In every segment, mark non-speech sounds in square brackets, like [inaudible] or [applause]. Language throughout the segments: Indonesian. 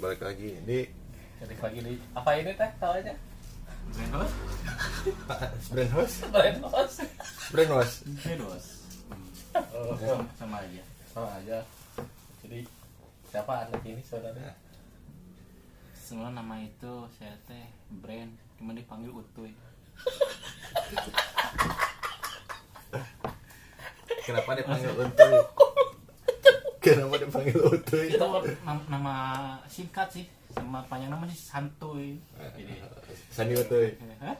balik lagi ini Jadi lagi di apa ini teh namanya? Brandhouse? brand host Brand host. brand host Brandhouse. Oh, Sama, sama aja. sama aja. Jadi siapa anak ini Ya. saudara? Semua nama itu saya teh Brand, cuma dipanggil [laughs] Utuy. kenapa dipanggil [laughs] utuy kenapa dipanggil utuy Itu nam- nama singkat sih, sama panjang nama sih Santuy. Jadi, sandi utuy Hah?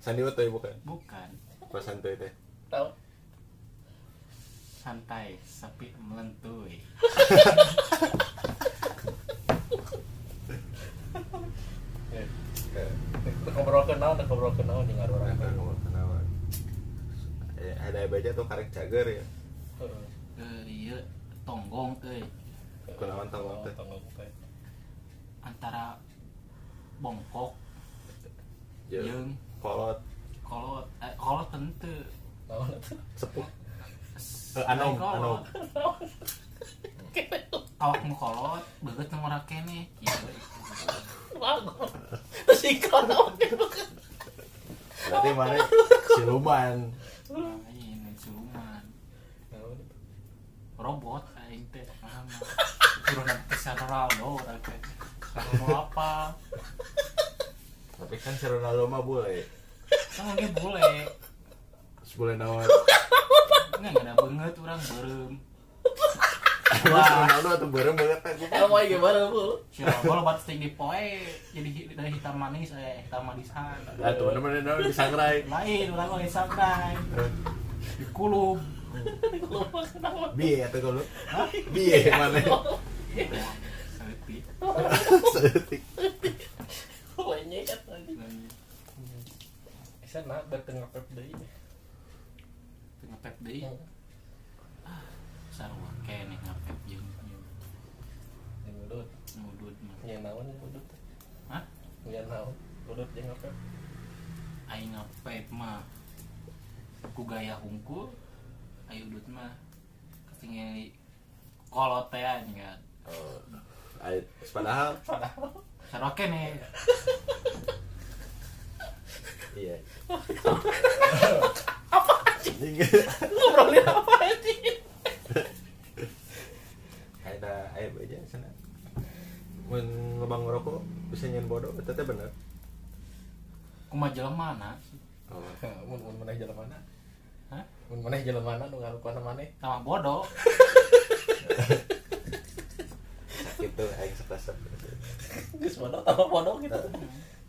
sandi utuy bukan Bukan, pas santuy teh Tahu? santai, sepi melentui. Ya. Eh, Teu Ngobrol ke naon, teu ngobrol ke naon jeung orang orang. kan ngomong kenapa Eh, ada aja tuh karek cager ya Heeh. Eh, iya, tonggong euy. Kunaon Oh, tanggung teh? Tanggung teh. antara bongkok, jeung jeung Ya, kolot kolot, eh, kolot tentu. [laughs] Naon atuh? sepuh Eh, anom, Kolot. anom. Awak mau kolot, beugeut nu ngora kene. Gitu. Bagus. Terus iklan naon gitu kan. berarti mana siluman Lain, siluman. Naon atuh? robot aing teh paham turunan pisan Ronaldo urang teh Ronaldo apa tapi kan si Ronaldo mah boleh kan ge bule boleh naon nggak ada banget urang berem Wah, si Ronaldo atau bareng banget teh gua. Emang aja gimana bu? si Ronaldo lobat stick di poe jadi hi- dari hitam manis eh hitam manisan Ah, teman-teman naon di sangrai. lain urang oleh santai di kulub Lupa kenapa? Biye atau kalau biye mana? Seutik. Setik. Banyak tadi. Lain. Bisa nak bertengah pep deui. tengah pep deui sarua kene ngapep jeung Jeung udut. ngudut mah Nya naon jeung udut? teh? Hah? Nya naon? Udut jeung apa? aing ngepet mah ku gaya hungkul ayu dut mah ketinggali kolotean kan Oh, ay- padahal Padahal saroke nih iya. apa anjing? Ngobrolin apa anjing? Ada aib aja sana. Mun ngebang rokok bisa nyen bodoh, eta teh bener. ku mah jelema na Oh. Mun mun maneh jalan mana? Hah? Mun maneh jalan mana nu ngarukuan maneh? sama bodoh Sakit tuh aing sekesep. Geus bodoh tambah bodoh [laughs] gitu.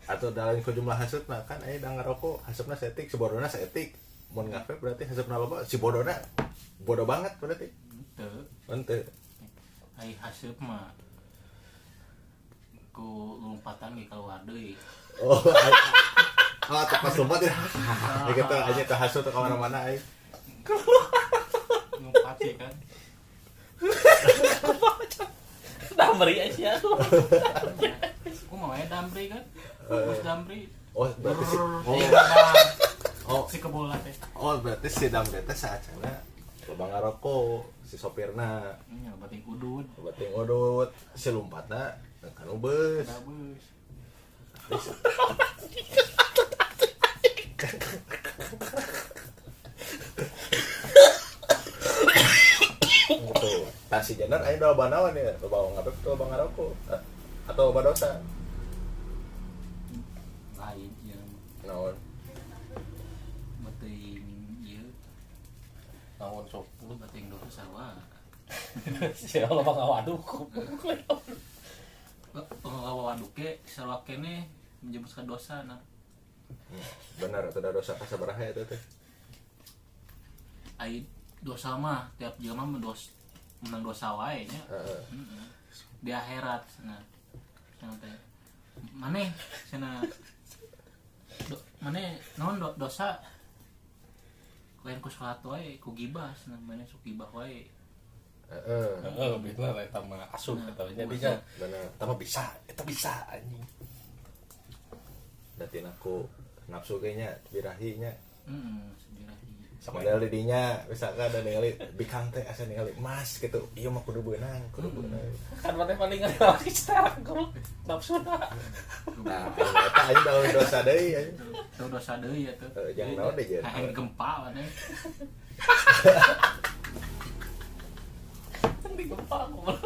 Atau dalam ke jumlah hasupna kan aing da ngerokok, hasupna setik, si bodona setik. Mun ngafe berarti hasupna loba, si bodona bodoh banget berarti. itu Henteu. ai haseup mah ku lompatan ge keluar deui Oh, [laughs] ay- oh tak pas lompat ya. Ya gitu aja ke hasut ke mana-mana eh. aing. lompat sih kan Dah beri aja aku. ku mau aya damri kan Eh. terus damri Oh, berarti [laughs] si Brrrr, oh, lebar. oh, si kebola teh oh, berarti si dam teh saacana lobang ngaroko si sopirna ini lobatin kudut berarti ngodot si lompatna kan ubes. dabus Gitu. Tah si jenar aya da loba naon ya? Loba ngapep tuh lobang ngaroko. Eh, Atau loba dosa. lain yang Naon? Beting iya, Naon sok. [laughs] lu beting dulu sawah. Si Allah mah ngawaduh. [laughs] Pengawa waduk ke sawah kene menjebuskan dosa nah. Benar atau da dosa ka sabaraha eta teh? Ai dosa mah tiap jelema mah dos menang dosa wae nya. Heeh. Mm-mm. Di akhirat nah. Sana teh. Mane sana do, mane naon do, dosa lain ku sholat wae ku gibah sana mane sok gibah wae. Heeh. Heeh, bener eta mah asup eta mah. Jadi nya Benar. eta mah bisa, eta bisa anjing. Datin aku nafsu kayaknya birahinya Heeh, mm model didinya misalkan ada ningali bikang teh asa ningali mas gitu iya mah kudu beunang kudu beunang kan mana paling nggak tahu sih sekarang kalau nafsu lah nah eta aja daun dosa deui aja Tuh dosa deui ya tuh. Eh, jangan naon deh, jangan. Kayak gempa mana? kan digempa aku malah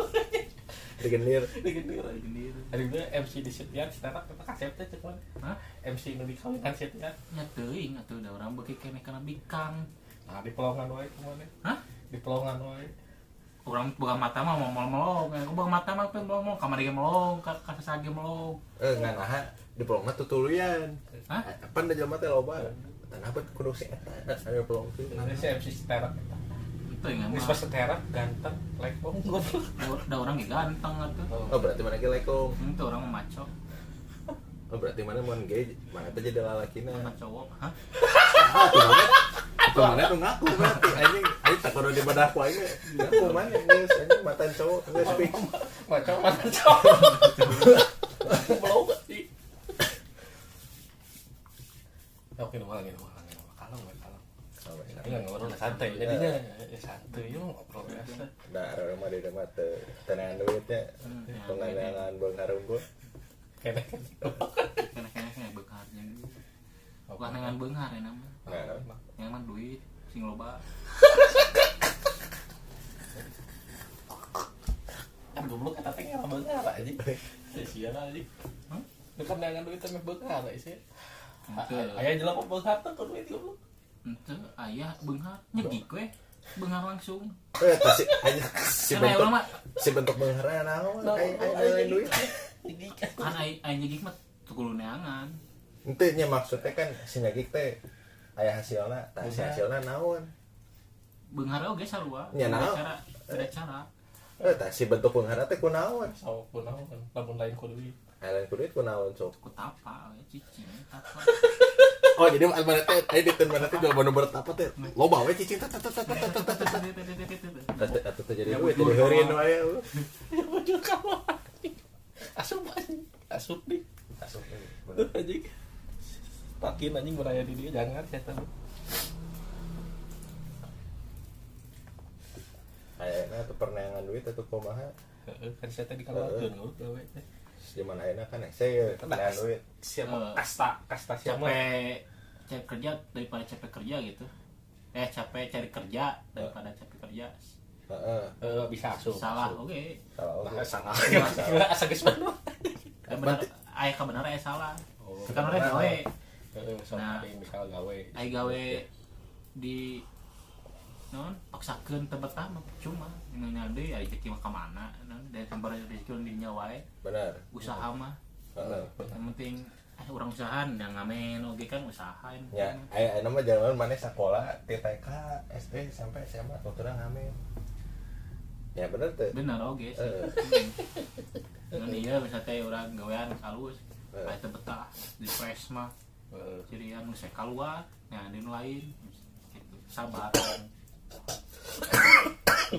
digendir digendir aja Gini tuh. ada juga MC di Setian sekarang kita kasepnya cuman Hah? MC nu dikawinan kan Setian Ya teuing atuh da urang beuki kene kana bikang. nah di pelongan wae kemana Hah? di pelongan wae Urang boga mata mah mau melong. Aku boga mata mah pengen melong. Kamar ge melong, ka ka sasage melong. eh nggak nahan di pelongna tutuluyan Hah? pan da Eh, jelema teh loba tanah bet kudu si eta ada pelong tuh nanti Nah, si MC seterak Itu yang ini mah. pas seterak ganteng lekong goblok Da- Da urang ge ganteng atuh. oh berarti mana ge lekong Itu orang mah maco, oh berarti mana mau gay mana teh jadi lalakina sama cowok. Hah? ah tuh mana tuh mana tuh ngaku berarti anjing anjing tak kudu di bedah ku aja ngaku mana geus anjing matan cowok geus fix macam macam cowok belum sih oke normal lagi normal lagi normal kalem gue kalem Sama enak. ini nggak ngobrol santai jadinya ya santai ya ngobrol biasa Nah, ada rumah di rumah tuh tenangan duitnya, Hmm, pengandangan bang harum gua. kayaknya kan Kene-kene kene beunghar jeung. Bukan dengan beunghar ya nama. Nah. Yang mah duit sing loba. kan goblok kata teh ngarang bengar aja sia aja Hah? dekat dengan duit teh bengar sih Henteu. ayah jelas kok bengar tuh kan duit goblok Henteu aya beunghar nyegi we. Beunghar langsung. Eh, tah si aja si Kan aya bentuk urang mah si bentuk nah, oh, benghara naon ai ai ai duit. jadi kan kan ai ai nyegik mah tukul neangan. Henteu nya maksudnya kan si nyagik teh aya hasilna, tah si hasilna naon. Beunghar oge sarua. Ya, nah. Beda cara, beda cara. Eh, tah si bentuk benghara teh kunaon? sama pun aku kan lamun lain ku duit Ai lain ku duit kunaon sok. Ku tapa we cicing tapa. Oh, jadi mah mana teh ai di teu mana teh jawaban nomor apa teh? Loba we cicing tat tat tat tat tat tat. Atuh atuh teh jadi duit, jadi heureun wae lu. ya baju kamu asup aja asup nih Asup, eh, bener. Tuh, anjing Pakin anjing beraya di dia jangan saya tahu. Ayeuna teu perneangan duit atuh kumaha? Heeh, Kan saya tadi kalau Heeh. tuh nurut gawe. Zaman ayeuna kan saya perneangan duit. Eh. Siapa kasta kasta siapa? capek capek kerja daripada capek kerja gitu eh capek cari kerja daripada capek kerja Heeh. Eh bisa asup. salah asup. oke Salah oge. Nah, salah. Kira asa geus bener. Ya bener ayah kebenar ayah salah Oh, kan udah gawe Heeh, sok Nah. paling misal gawe. ayah gawe di non paksakan tempat tamu cuma ini nanti ayah rezeki mah kemana non dari tempat rezeki di nyawai Benar. usaha Iya. mah Heeh. yang penting eh, orang usaha yang ngamen oke kan usaha yang Ya, aya aya mah jalan mana sekolah ti TK, SD sampai SMA tuturna ngamen. Ya bener teh. bener oke sih Eh. [laughs] dan iya misalnya teh orang gawean halus Eh. kayak teu betah di press mah anu Heeh. cirian nu saya keluar nah di nu lain gitu. sabar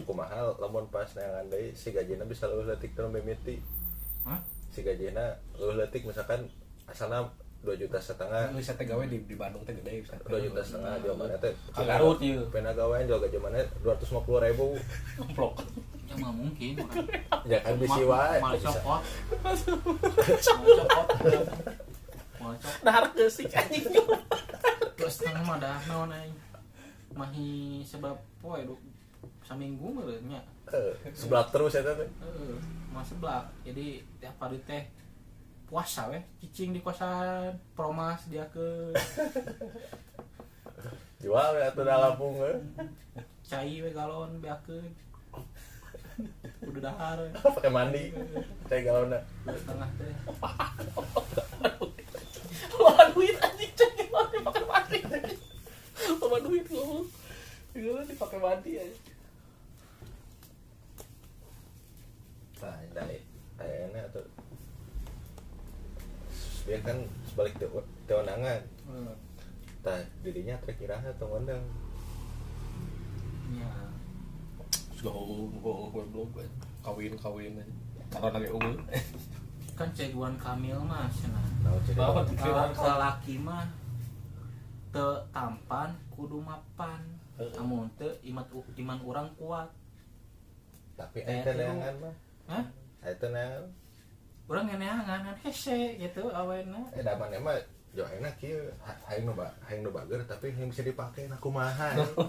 Kumaha lamun pas neangan deui si gajina bisa leuwih leutik teu mimiti. Hah? Si gajina leuwih leutik misalkan asalna 2 juta setengah, Bisa teh Eh, gawe di di Bandung teh gede bisa. 2 juta setengah jauh mana teh. Ka Garut ieu. Pena gawean jual gaji mana 250 ribu Komplok. ya nggak mungkin Ya [laughs] kan bisi wae malah bisa. copot malah copot malah copot Dahar geus sih anjing. terus tengah mah dah naon aing mahi sebab poe du saminggu meureunnya Eh, Seblak terus eta teh. heeh mah sebelah jadi tiap hari teh puasa weh cicing di kosan promas dia ke Jual ya tuh dalam pung. eh. [laughs] cai we galon beakeun udah dahar we. Pakai mandi. Teh galonnya. dua setengah teh Loba duit anjing cek loba dipakai mandi. Loba duit ngomong. Gila dipakai mandi aja. Nah, dari kayaknya tuh dia kan sebalik teu- teonangan Eh, tah dirinya trek iraha teu ngondang ya Sudah ungu, ungu, gue belum gue kawin kawin aja. Kalau lagi ungu, kan ceguan Kamil mah cenah Nah, cek Bapak. itu. kalau lelaki mah te tampan kudu mapan Heeh. namun te iman u- iman orang kuat tapi Kayak itu dulu. neangan mah Hah? itu neangan orang ngeneangan kan hese gitu awena eh daman mah jauh enak kieu Ha- hayang nu ba- hayang nu bager tapi hayang bisa dipakai nah kumaha ya. Oh.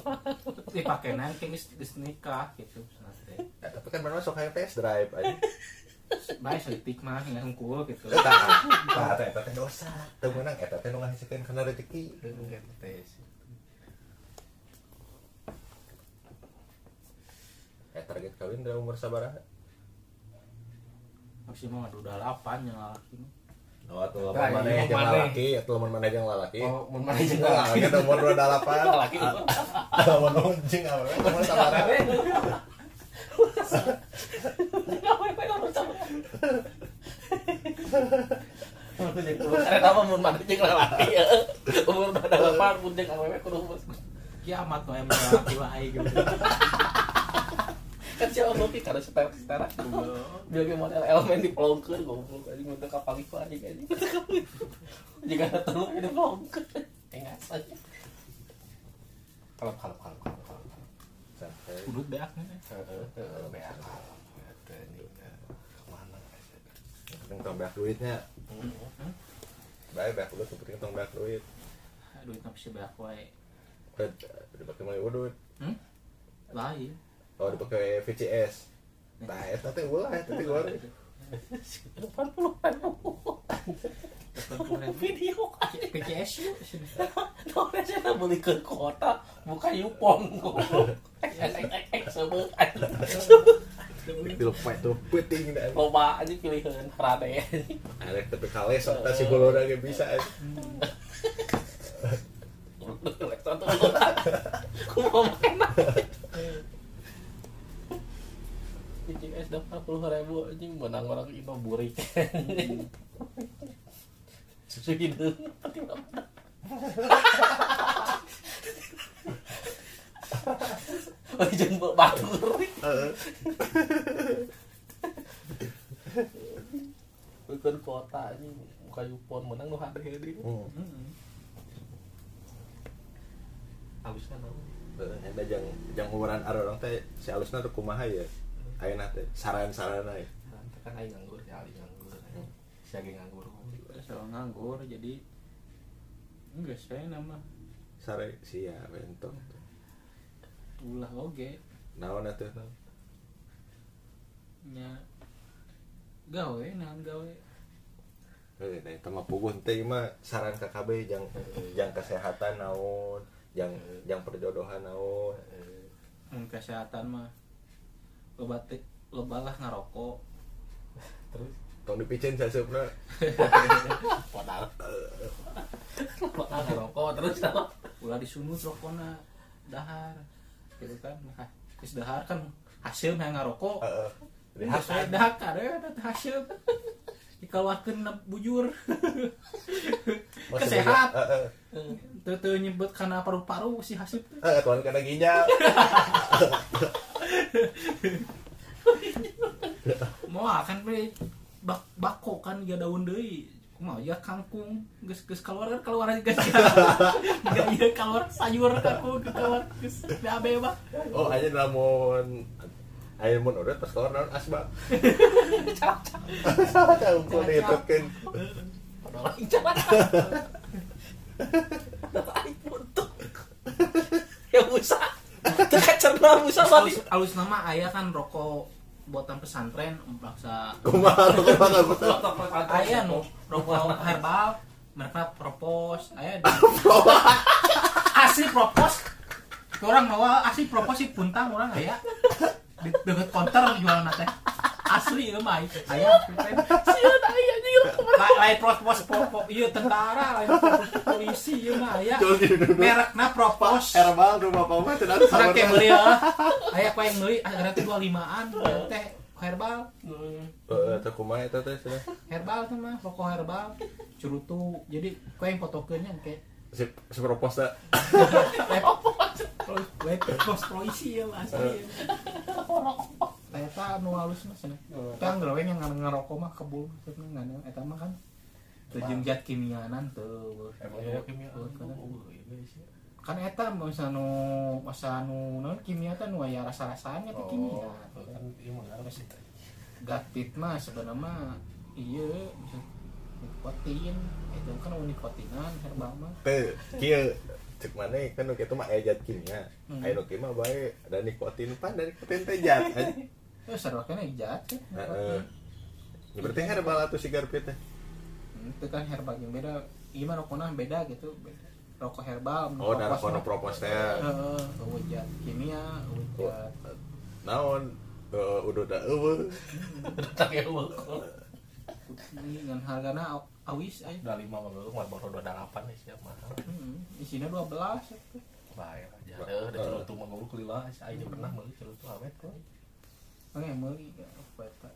dipakai nanti geus geus nikah gitu misalnya teh. Ya, Eh, tapi kan benar sok hayang test drive aja bae seutik mah ngan unggul gitu Eh, tah tah tah eta teh dosa teu menang eta teh nu ngahasilkeun kana rezeki Gitu, teh. eh target kawin dalam umur sabaraha maksimal ada udah delapan ya. yang laki Oh, telepon Nah, mana iya, yang mana. lalaki, ya telepon mana yang lalaki. [laughs] Oh, mun mana jeung Nah, lalaki. kita umur dua delapan. [laughs] Lalaki. Telepon anjing apa? Telepon sabaraha. Karena apa mun mana jeung lalaki ya. Umur pada lapar mun jeung awewe kudu umur. kiamat tuh emang laki wae gitu Kan si Allah pikir ada setara-setara. Biar ge model elemen dipelongkeun goblok anjing mun teu kapalik wae anjing. Jika ada telur ini pelongkeun. Enggak saja. Kalau kalau kalau kalau Santai. udut beak nih Yang penting tombak duitnya. Mm-hmm. Baik, baik udah penting tombak duit. duit nggak bisa beak wae Udah dipakai mulai udut. hmm lain Oh, dipakai VCS. Nah, eh, itu teh ulah, itu teh goreng. Depan puluhan video kan PCS yuk sini. [laughs] Tahunnya saya beli ke kota Buka Yupon Sebut Dilepet tuh puting dah. Ah, Loba aja pilihan Rade Arek tapi kale sok tah si golora ge bisa. eh. Aku mau makan BTS dapat puluh ribu anjing menang orang itu burik susu hidung Oh, jeng batu Heeh. bukan kota ini buka yupon menang lu hade hade Hmm. Hmm. habisnya nang Ada Eh, jang jang umuran ada orang teh si alusna tuh kumaha ya. Ayeuna teh saran-sarana ya. kan aing nganggur ya aing nganggur siaga nganggur Soal nganggur jadi enggak saya nama Sare sia bentong. ulah oge Naon Eh, atuh? nya gawe nah gawe Eh, nah, eta mah puguh teh mah saran ka KB jang jang kesehatan naon, jang jang perjodohan naon. mun kesehatan mah loba teh- loba lah ngarokok terus Tong dipicen saseupna. podal [laughs] podal ngerokok terus apa ulah disunut rokona dahar gitu kan nah, terus dahar kan hasil mah ngarokok Heeh. Nah, saya eh. dah karena hasil [laughs] dikeluarkan bujur kesehat Heeh. tuh nyebut karena paru-paru si hasil teh. Heeh, [laughs] tuan kana ginjal. mau akan beli bak bako kan gak daun deui mau ya kangkung geus geus keluar keluar aja geus [laughs] gak iya keluar sayur kangkung keluar geus babe mah Oh, aja lamun aya mun urut pas keluar naon asbak. Tahu kok dihitungkeun. podal aing jalan podal aing buntu ya Musa tekan cerna Musa alus, balik alus nama ayah kan rokok buatan pesantren paksa Kumaha lu kumaha betul. ayah nu rokok herbal mereka propos ayah di asli propos orang bawa asli propos si puntang orang ayah di deket counter jualan teh asli itu mah ayah sian aing anjing rokok La- lain propos propos iya tentara lain propos polisi iya mah ayah Jol di duduk. merekna propos Herbal rumah papa teh ada orang sabaraha. kayak gitu. beli ya ayah kau yang beli akhirnya tuh dua limaan teh herbal Heeh, teh kumaha eta teh cenah. herbal tuh mah rokok herbal cerutu jadi kau yang fotokennya kayak Si si proposa. [laughs] Web kos polisi ya Mas. Eh. anu ya. Oh. Eta nu halus Mas. Kan gawe yang ngarokok mah kebul maksudnya ngan eta mah kan tujuan zat kimianan tuh Emang ya kimia Tuh, kan. Indonesia. kan eta misalnya nu masa nu non kimia kan nu aya rasa rasanya tuh kimia Oh, tuh kan ieu mah apa sih? gatit mah sebenarnya mah iya misal nikotin itu kan nu nikotinan herbal mah teh kieu cek mana kan nu kitu mah aya zat kimia Hmm. aya nu kieu mah bae dan nikotin pan dan nikotin teh zat anjing. eh sarwa kan ijat ya heeh Ya, berarti herbal atau sigar pit teh Hmm, itu kan herbal yang beda gimana rokoknya beda gitu beda. rokok herbal oh dan rokok kono propos teh Heeh, eueuh zat kimia Oh. eueuh zat naon Eh, udah da eueuh Datang ya gua. ini dengan hargana aw- awis aja Udah lima mah baru baru dua delapan nih siap mahal. Hmm, isinya 12 Bahaya aja. Bah- Ada eh. celutu mah gua kelila. Aja pernah mah celutu awet kok. oke meuli ya, rokok eta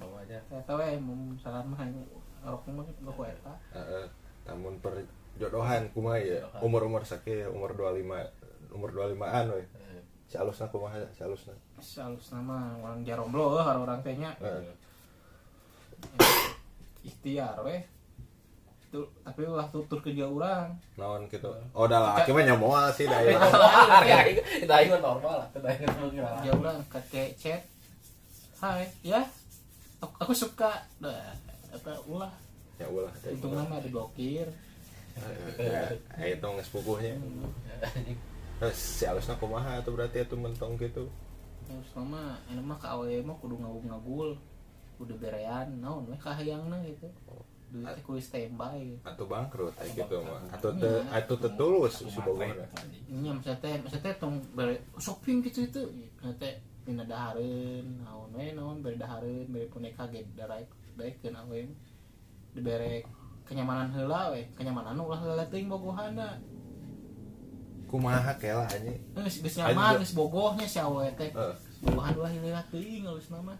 Bawa aja. eta we mun saran mah hanya rokok mah rokok eta Heeh. namun perjodohan kumaha ya Perjodohan. umur umur sakit umur 25 umur 25an we Eh, si alusna kumaha si alusna salus nama orang jaromblo eueuh orang teh nya Heeh. ikhtiar we Tuh, tapi ulah tutur ke jauh orang naon gitu oh dah lah akhirnya nyamoal sih dah ya. Kita ingin normal lah, kita ingin normal. jauh orang ke ke- chat hai ya aku, aku suka dah eta ulah ya ulah teh. untung nama diblokir Ya, ya, itu nggak sepukuhnya terus si alusnya kumaha tuh berarti itu mentong gitu terus nama enak mah ke awe mah kudu ngabul ngabul kudu berean naon weh kahayangna gitu duit teh kudu standby atau bangkrut kayak gitu mah atau te atau tetulus si bogohna ini maksudnya teh maksudnya teh tong bere shopping gitu itu maksudnya teh dina dahareun naon we naon bere dahareun bere puneka ge daraek daekeun awe mah. dibere kenyamanan heula we kenyamanan ulah heula teuing bogohana kumaha kela anjing geus geus nyaman Ayo. geus bogohnya si awe teh Heeh. bogohan ulah heula teuing geus nama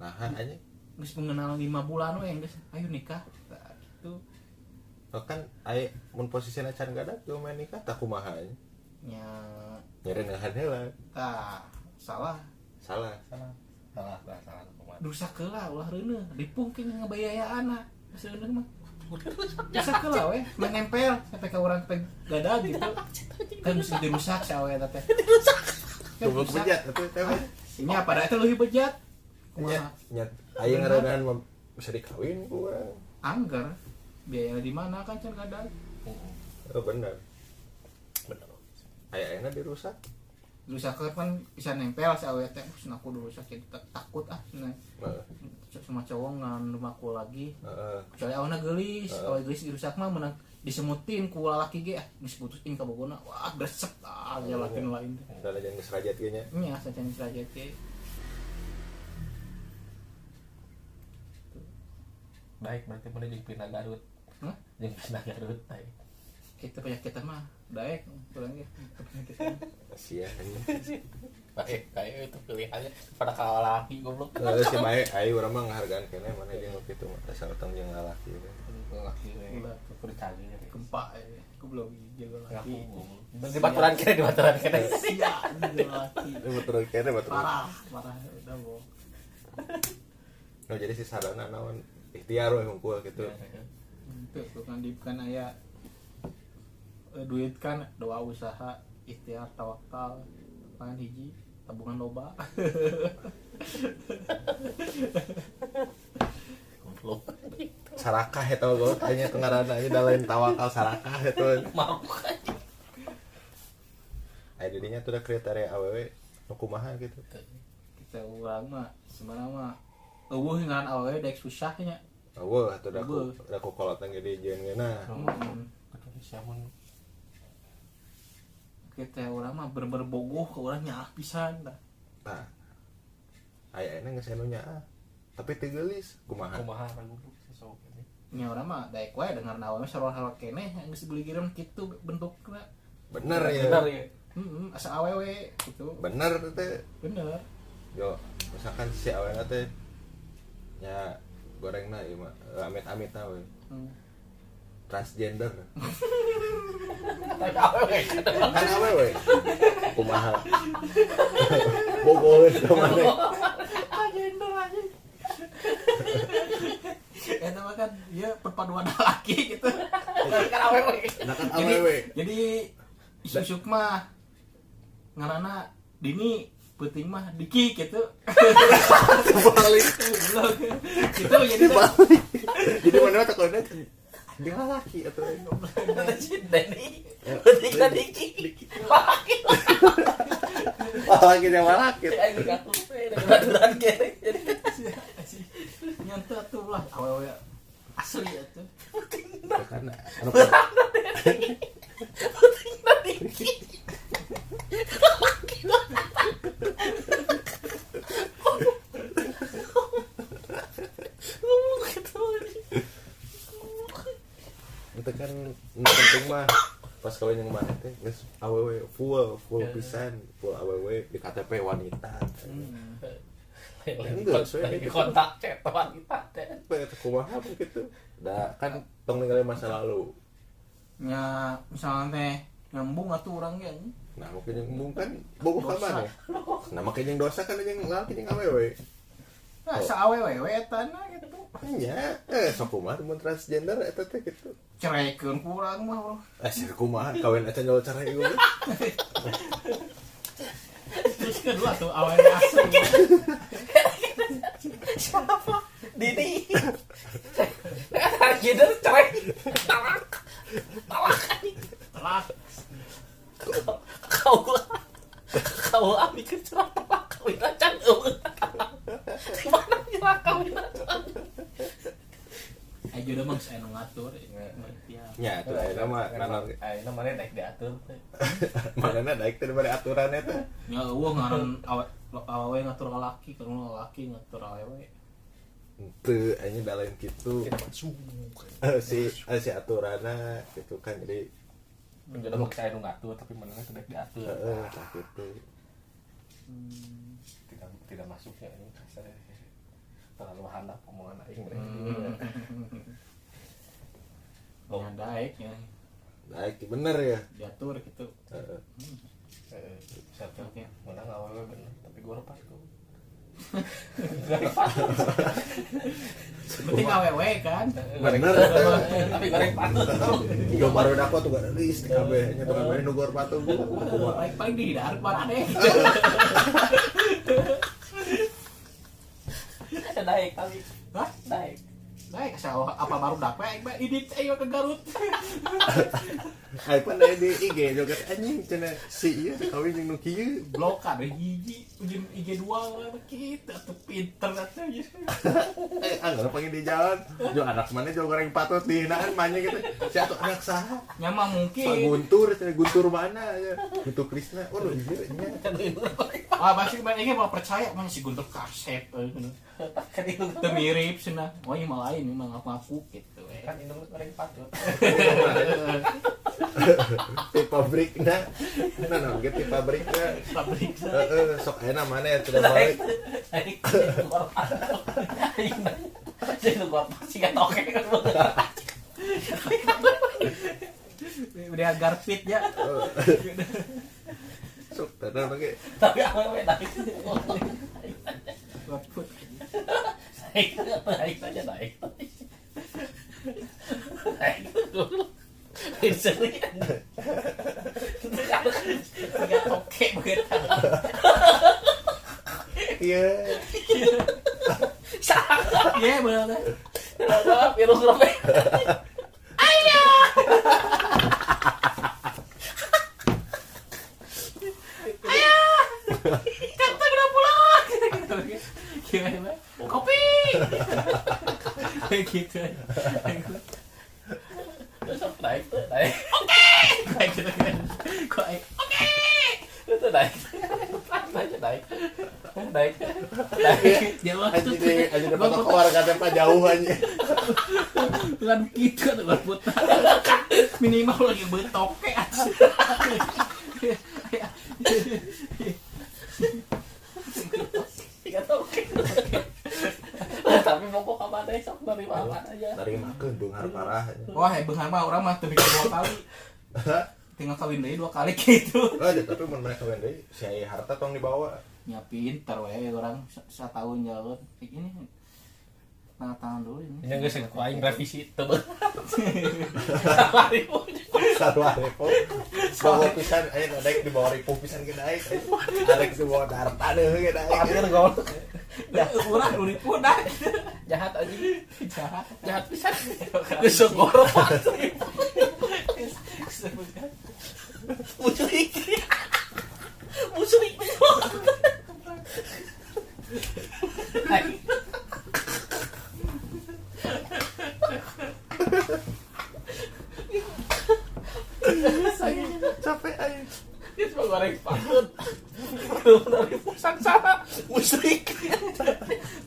nahan anjing geus mengenal lima bulan we geus ayo nikah Nah, gitu Oh, kan ayo mun posisina can gadak tuh main nikah tak kumaha anjing nya nyari nahan heula tah salah salah Salah, salah, salah, salah. Kumaha. dusa keula ulah reuneuh dipungking ngabayaaana geus reuneuh mah Bisa ke lah weh, menempel sampai ke orang sampai gada gitu. Kan mesti dirusak si awet teh. Kan Goblok rusak. bejat atuh teh. mah. Ini apa dah itu lebih bejat? Nya Kumaha? nya aya ngaranan mah bisa dikawin ku urang. Angger biaya di mana kan kan gada. Mm-mm. Oh bener. Bener. Aya ayeuna dirusak. Rusak kan bisa nempel si awet teh. Terus aku dirusak jadi tak- takut ah. Nah, Heeh. sama cowok ngan rumahku lagi. Heeh. Kecuali awalnya gelis, Heeh. kalau gelis dirusak mah menang disemutin ku lalaki ge ah geus putusin ka bogona. Wah, gresep ah Iya, ya lain lain. Udah jangan geserajat ge nya. Ini ya, saya cari saja ke Baik, berarti mana jeung pina Garut. Hah? Jeung pina Garut baik. kita penyakit teh mah daek kurang ge penyakit teh. Sia anjing. Baik, kayak itu pilihannya pada kalau laki goblok. Terus si bae ayo urang mah ngahargaan kene mana jeung nu kitu mah dasar tong jeung lalaki. we. Laki we. Ulah. Kudu canggih. [laughs] gempa ya aku belum jaga Ngaku, laki goblok. Di baturan kene, di baturan kene. sia jaga laki Eh betul kene betul. parah parah udah bohong No jadi si sarana naon ikhtiar we hungkul gitu. itu bukan di bukan aya eh, duit kan doa usaha ikhtiar tawakal pangan hiji tabungan loba [laughs] Goblok. [laughs] Sarakah eta gol kayaknya teu ngaranna nya da lain tawakal sarakah eta. Mau aja. Aya didinya tuh da kriteria awewe nu kumaha gitu. kita urang mah sebenarnya mah eueuh ngaran awewe daek susahnya Wow, atau daku daku kolotan gede jeung ngeuna. Hmm. Kudu siamun. kita orang mah bener-bener bogoh ke orang nyalah pisan dah Nah, ah, ayah ini nggak senunya ah. Tapi tegelis, kumaha. Kumaha ra goblok sesok ini. nya orang mah daek wae dengar awalnya sarua hal keneh yang geus geligireun kitu bentukna Bener ya. Bener ya. heeh asa awewe gitu Bener teh. bener Yo, misalkan si awalnya teh nya gorengna ieu mah amit-amit we. Hmm. Transgender. Tapi awewe kan. Kan awewe. Kumaha. Bogoh ka maneh. eta mah kan Eh, kan dia perpaduan [laughs] laki gitu kan awewe Nah kan jadi awewe. jadi isu mah ngarana dini penting mah diki gitu [laughs] Balik. Goblok. gitu jadi Balik. Jadi mana tak kena dia laki atau Kata si Denny Ya. Ketika Diki Laki laki yang laki. Ini kaku Ini kebetulan kere Jadi nyantai tuh lah awewe asli ya tuh Karena anu per- Ketika Diki Laki lah Ngomong gitu lagi. itu kan nu penting mah pas kawin yang mana teh geus awewe full full Ya. pisan full awewe di KTP wanita. Hmm. Enggak, soalnya Lagi gitu. kontak chat wanita teh. Pengen kumaha begitu. Nah kan tong ninggalin masa lalu. ya misalnya teh nyambung atau orangnya Nah mungkin yang mung kan bobo Dosa. kabar ya. Nah makanya yang dosa kan yang laki yang awewe. nah Oh. saawewe etana gitu Nya, eh sok kumaha mun transgender eta teh gitu. cerekeun kurang mah bro Eh sih kumaha kawin acan nyol cerai ieu. mah. terus kedua tuh awewe asli Siapa? [laughs] Didi. Targeter Gitu, coy. Talak. Talak anjing. telak Kau lah. Kau lah mikir cerah talak kawin acan eueuh. Di mana cerah kawin acan? aja udah mang saya nu ngatur ya. Ya. Nya tuh ayeuna mah nanar Ayeuna eh, mana naik diatur. [laughs] manehna daek teh dibari aturan eta. Ya eueuh ngaran awe awewe ngatur ka laki, kalau laki ngatur awewe. Teu anya da lain kitu. masuk. Eh, si eh, si aturanna gitu kan jadi Jadi mau saya ngatur tapi mana naik diatur. heeh eh, tah gitu. kitu. Hmm. Tidak tidak masuknya ini kasar. ya. Terlalu handap omongan aing Hmm. Hmm. Eh, Ya daek ya Daek bener ya. eh. diatur gitu. Heeh. Eh, satu Oke. [laughs] menang awalnya bener tapi gue lepas kok Gak lepas. Penting awewe kan. Bener. eh. tapi goreng patut tau. Yo baru dapat tuh gak list kabeh nya tuh kabeh nu gor patung gitu. Kumaha. Paling paling dihindar parah [laughs] deh. naik tapi Hah? naik Daek sawah Eh, apa baru dak eh, baek bae idit ayo iya, ke [laughs] Garut. Ai pan aya di IG joget anjing cenah si ieu kawin jeung nu kieu. Blok ada gigi ujung IG dua lah kita tuh pinter atuh ya. Eh, anggar pengen di jalan. Jo anak mana jo goreng patut dihinaan banyak gitu. Si atuh anak saha? Nyama Pak Ya, mungkin. Guntur, cina Guntur mana ya? Guntur Krisna. Oh, lu jir, nya. kan itu goreng Ah pasti banyak yang percaya mana si Guntur kasep. eh, gitu. patut kan itu Itu mirip cenah. Oh, ini malah lain, ini mah ngaku gitu. [laughs] eh. kan itu goreng patut Di pabrik na. Nah, nah, gitu di pabrik na. Pabrik Heeh, sok enak mana ya tidak naik balik. naik itu goreng patut Aing naik. Jadi itu goreng patut sih gak toke kan udah garfit ya Eh, Sok tanah pakai. tapi awalnya naik Garfit. naik naik aja naik naik dulu Sering. Enggak oke begitu. Iya. Salah. ya benar Salah biru kerobe. Ayo. Ayo. Kata udah pulang. gimana kopi Kayak gitu Terus naik tuh naik. Kayak gitu kan kok eh, oke Itu naik. Naik naik. Naik. Naik. dia mah Aja itu di aja di foto keluar kata Pak jauh aja. bukan gitu tuh buat buta minimal lagi betok eh, kayak Tiga oke. Nah, tapi mau kok kapan deh sok dari mana aja. Dari makan dengar parah. wah eh benghar mah orang mah tapi dua kali tinggal kawin deh dua kali [laughs] gitu Eh, tapi mun mana kawin deui, si Ai harta tong dibawa. [laughs] ya pinter weh orang sa- satahun jalan kayak gini tangan tangan dulu ini Ini geus ku aing [laughs] revisi teu bener. Salah ribu. Salah repo. Bawa pisan aing naik di bawah repo pisan ge naik. Arek di bawah harta deui ge naik. Parkir gol. dah murah dulu pun dah Jahat aja. jahat Jahat pisan. Geus gorok. Musuh iki. Musuh iki. Capek aing. Dia cuma goreng pahut. Dari pusat sana musyrik.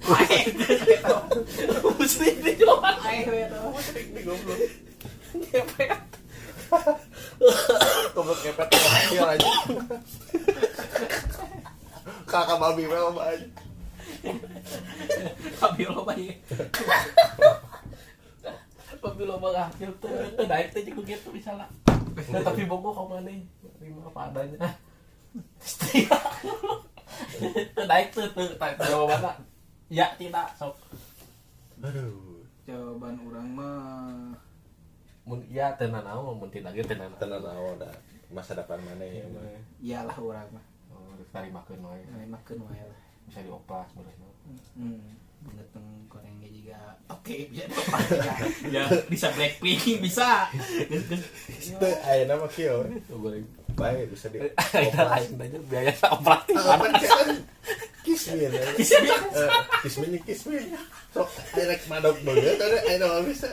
Aing. Musyrik di jalan. Musyrik di goblok. Ngepet. Goblok ngepet terakhir aja. Kakak babi mel aja. tapi lo bayi Tapi lo mah ngakil tuh. Naik tuh cukup gitu misalnya. Nah, tapi bogo kau mana? Terima apa adanya. Setia. Naik tuh tuh. Tak jawabannya. Ya tidak sok. Aduh. jawaban orang mah Mun iya tenan naon mun tidak ge tenan. Tenang naon dah. Masa depan mana ya? iyalah orang mah Oh, tarimakeun wae. makan wae lah Bisa dioplas beresna. hmm bengeteng korengnya juga oke bisa [laughs] ya bisa blackpink bisa Itu ayeuna mah kieu. Tuh goreng. Baik bisa di. Kita lain aja biaya operatif. Apa sih? Kismin. ya. Eh, Kismin ya, kismin. Sok direk madok banget ada ayeuna mah bisa.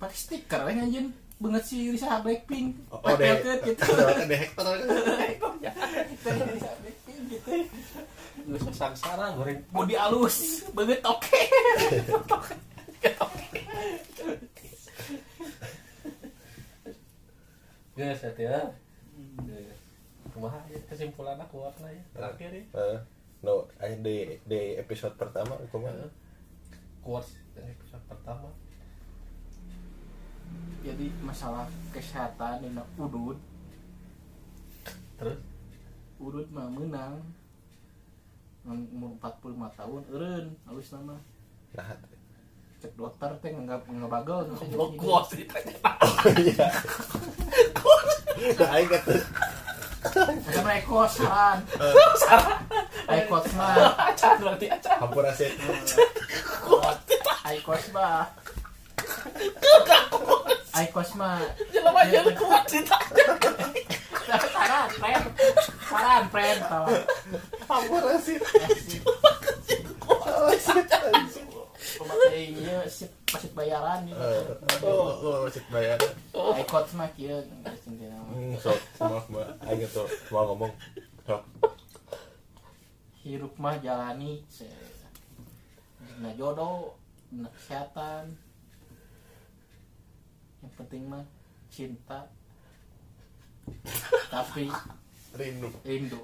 pakai stiker aja anjing banget si Risa Blackpink Oh, oh, deh. Pakai ket gitu Ada deh Hector. Kita Risa Blackpink gitu Lu sesangsara goreng. body alus banget oke Geus eta. Kumaha ya kesimpulanna kuatna ya. Terakhir ya. Eh, No, ayo di di episode pertama kumaha? Eh, Kuat dari episode pertama. jadi masalah kesehatan dan udut Terus urut mah menang umur 45 tahun eureun alus nama Nah, [laughs] cek dokter teh nggak nggak bagel goblok kuat ceritanya. iya. Nah, aing kata rekos saran [laughs] rekos mah Acan berarti acan. hampura sih. rekos mah rekos mah Jelema aja kuat ceritanya. saran friend saran friend tau Hampura sih. pemakai ieu sip masih bayaran gitu Oh, oh, cek bayar. rekos mah kieu geus intina mah. Hmm, Sok, maaf, maaf. Aing tuh mau ngomong. Sok, hirup mah jalani se dina jodoh dina kesehatan yang penting mah cinta tapi rindu. rindu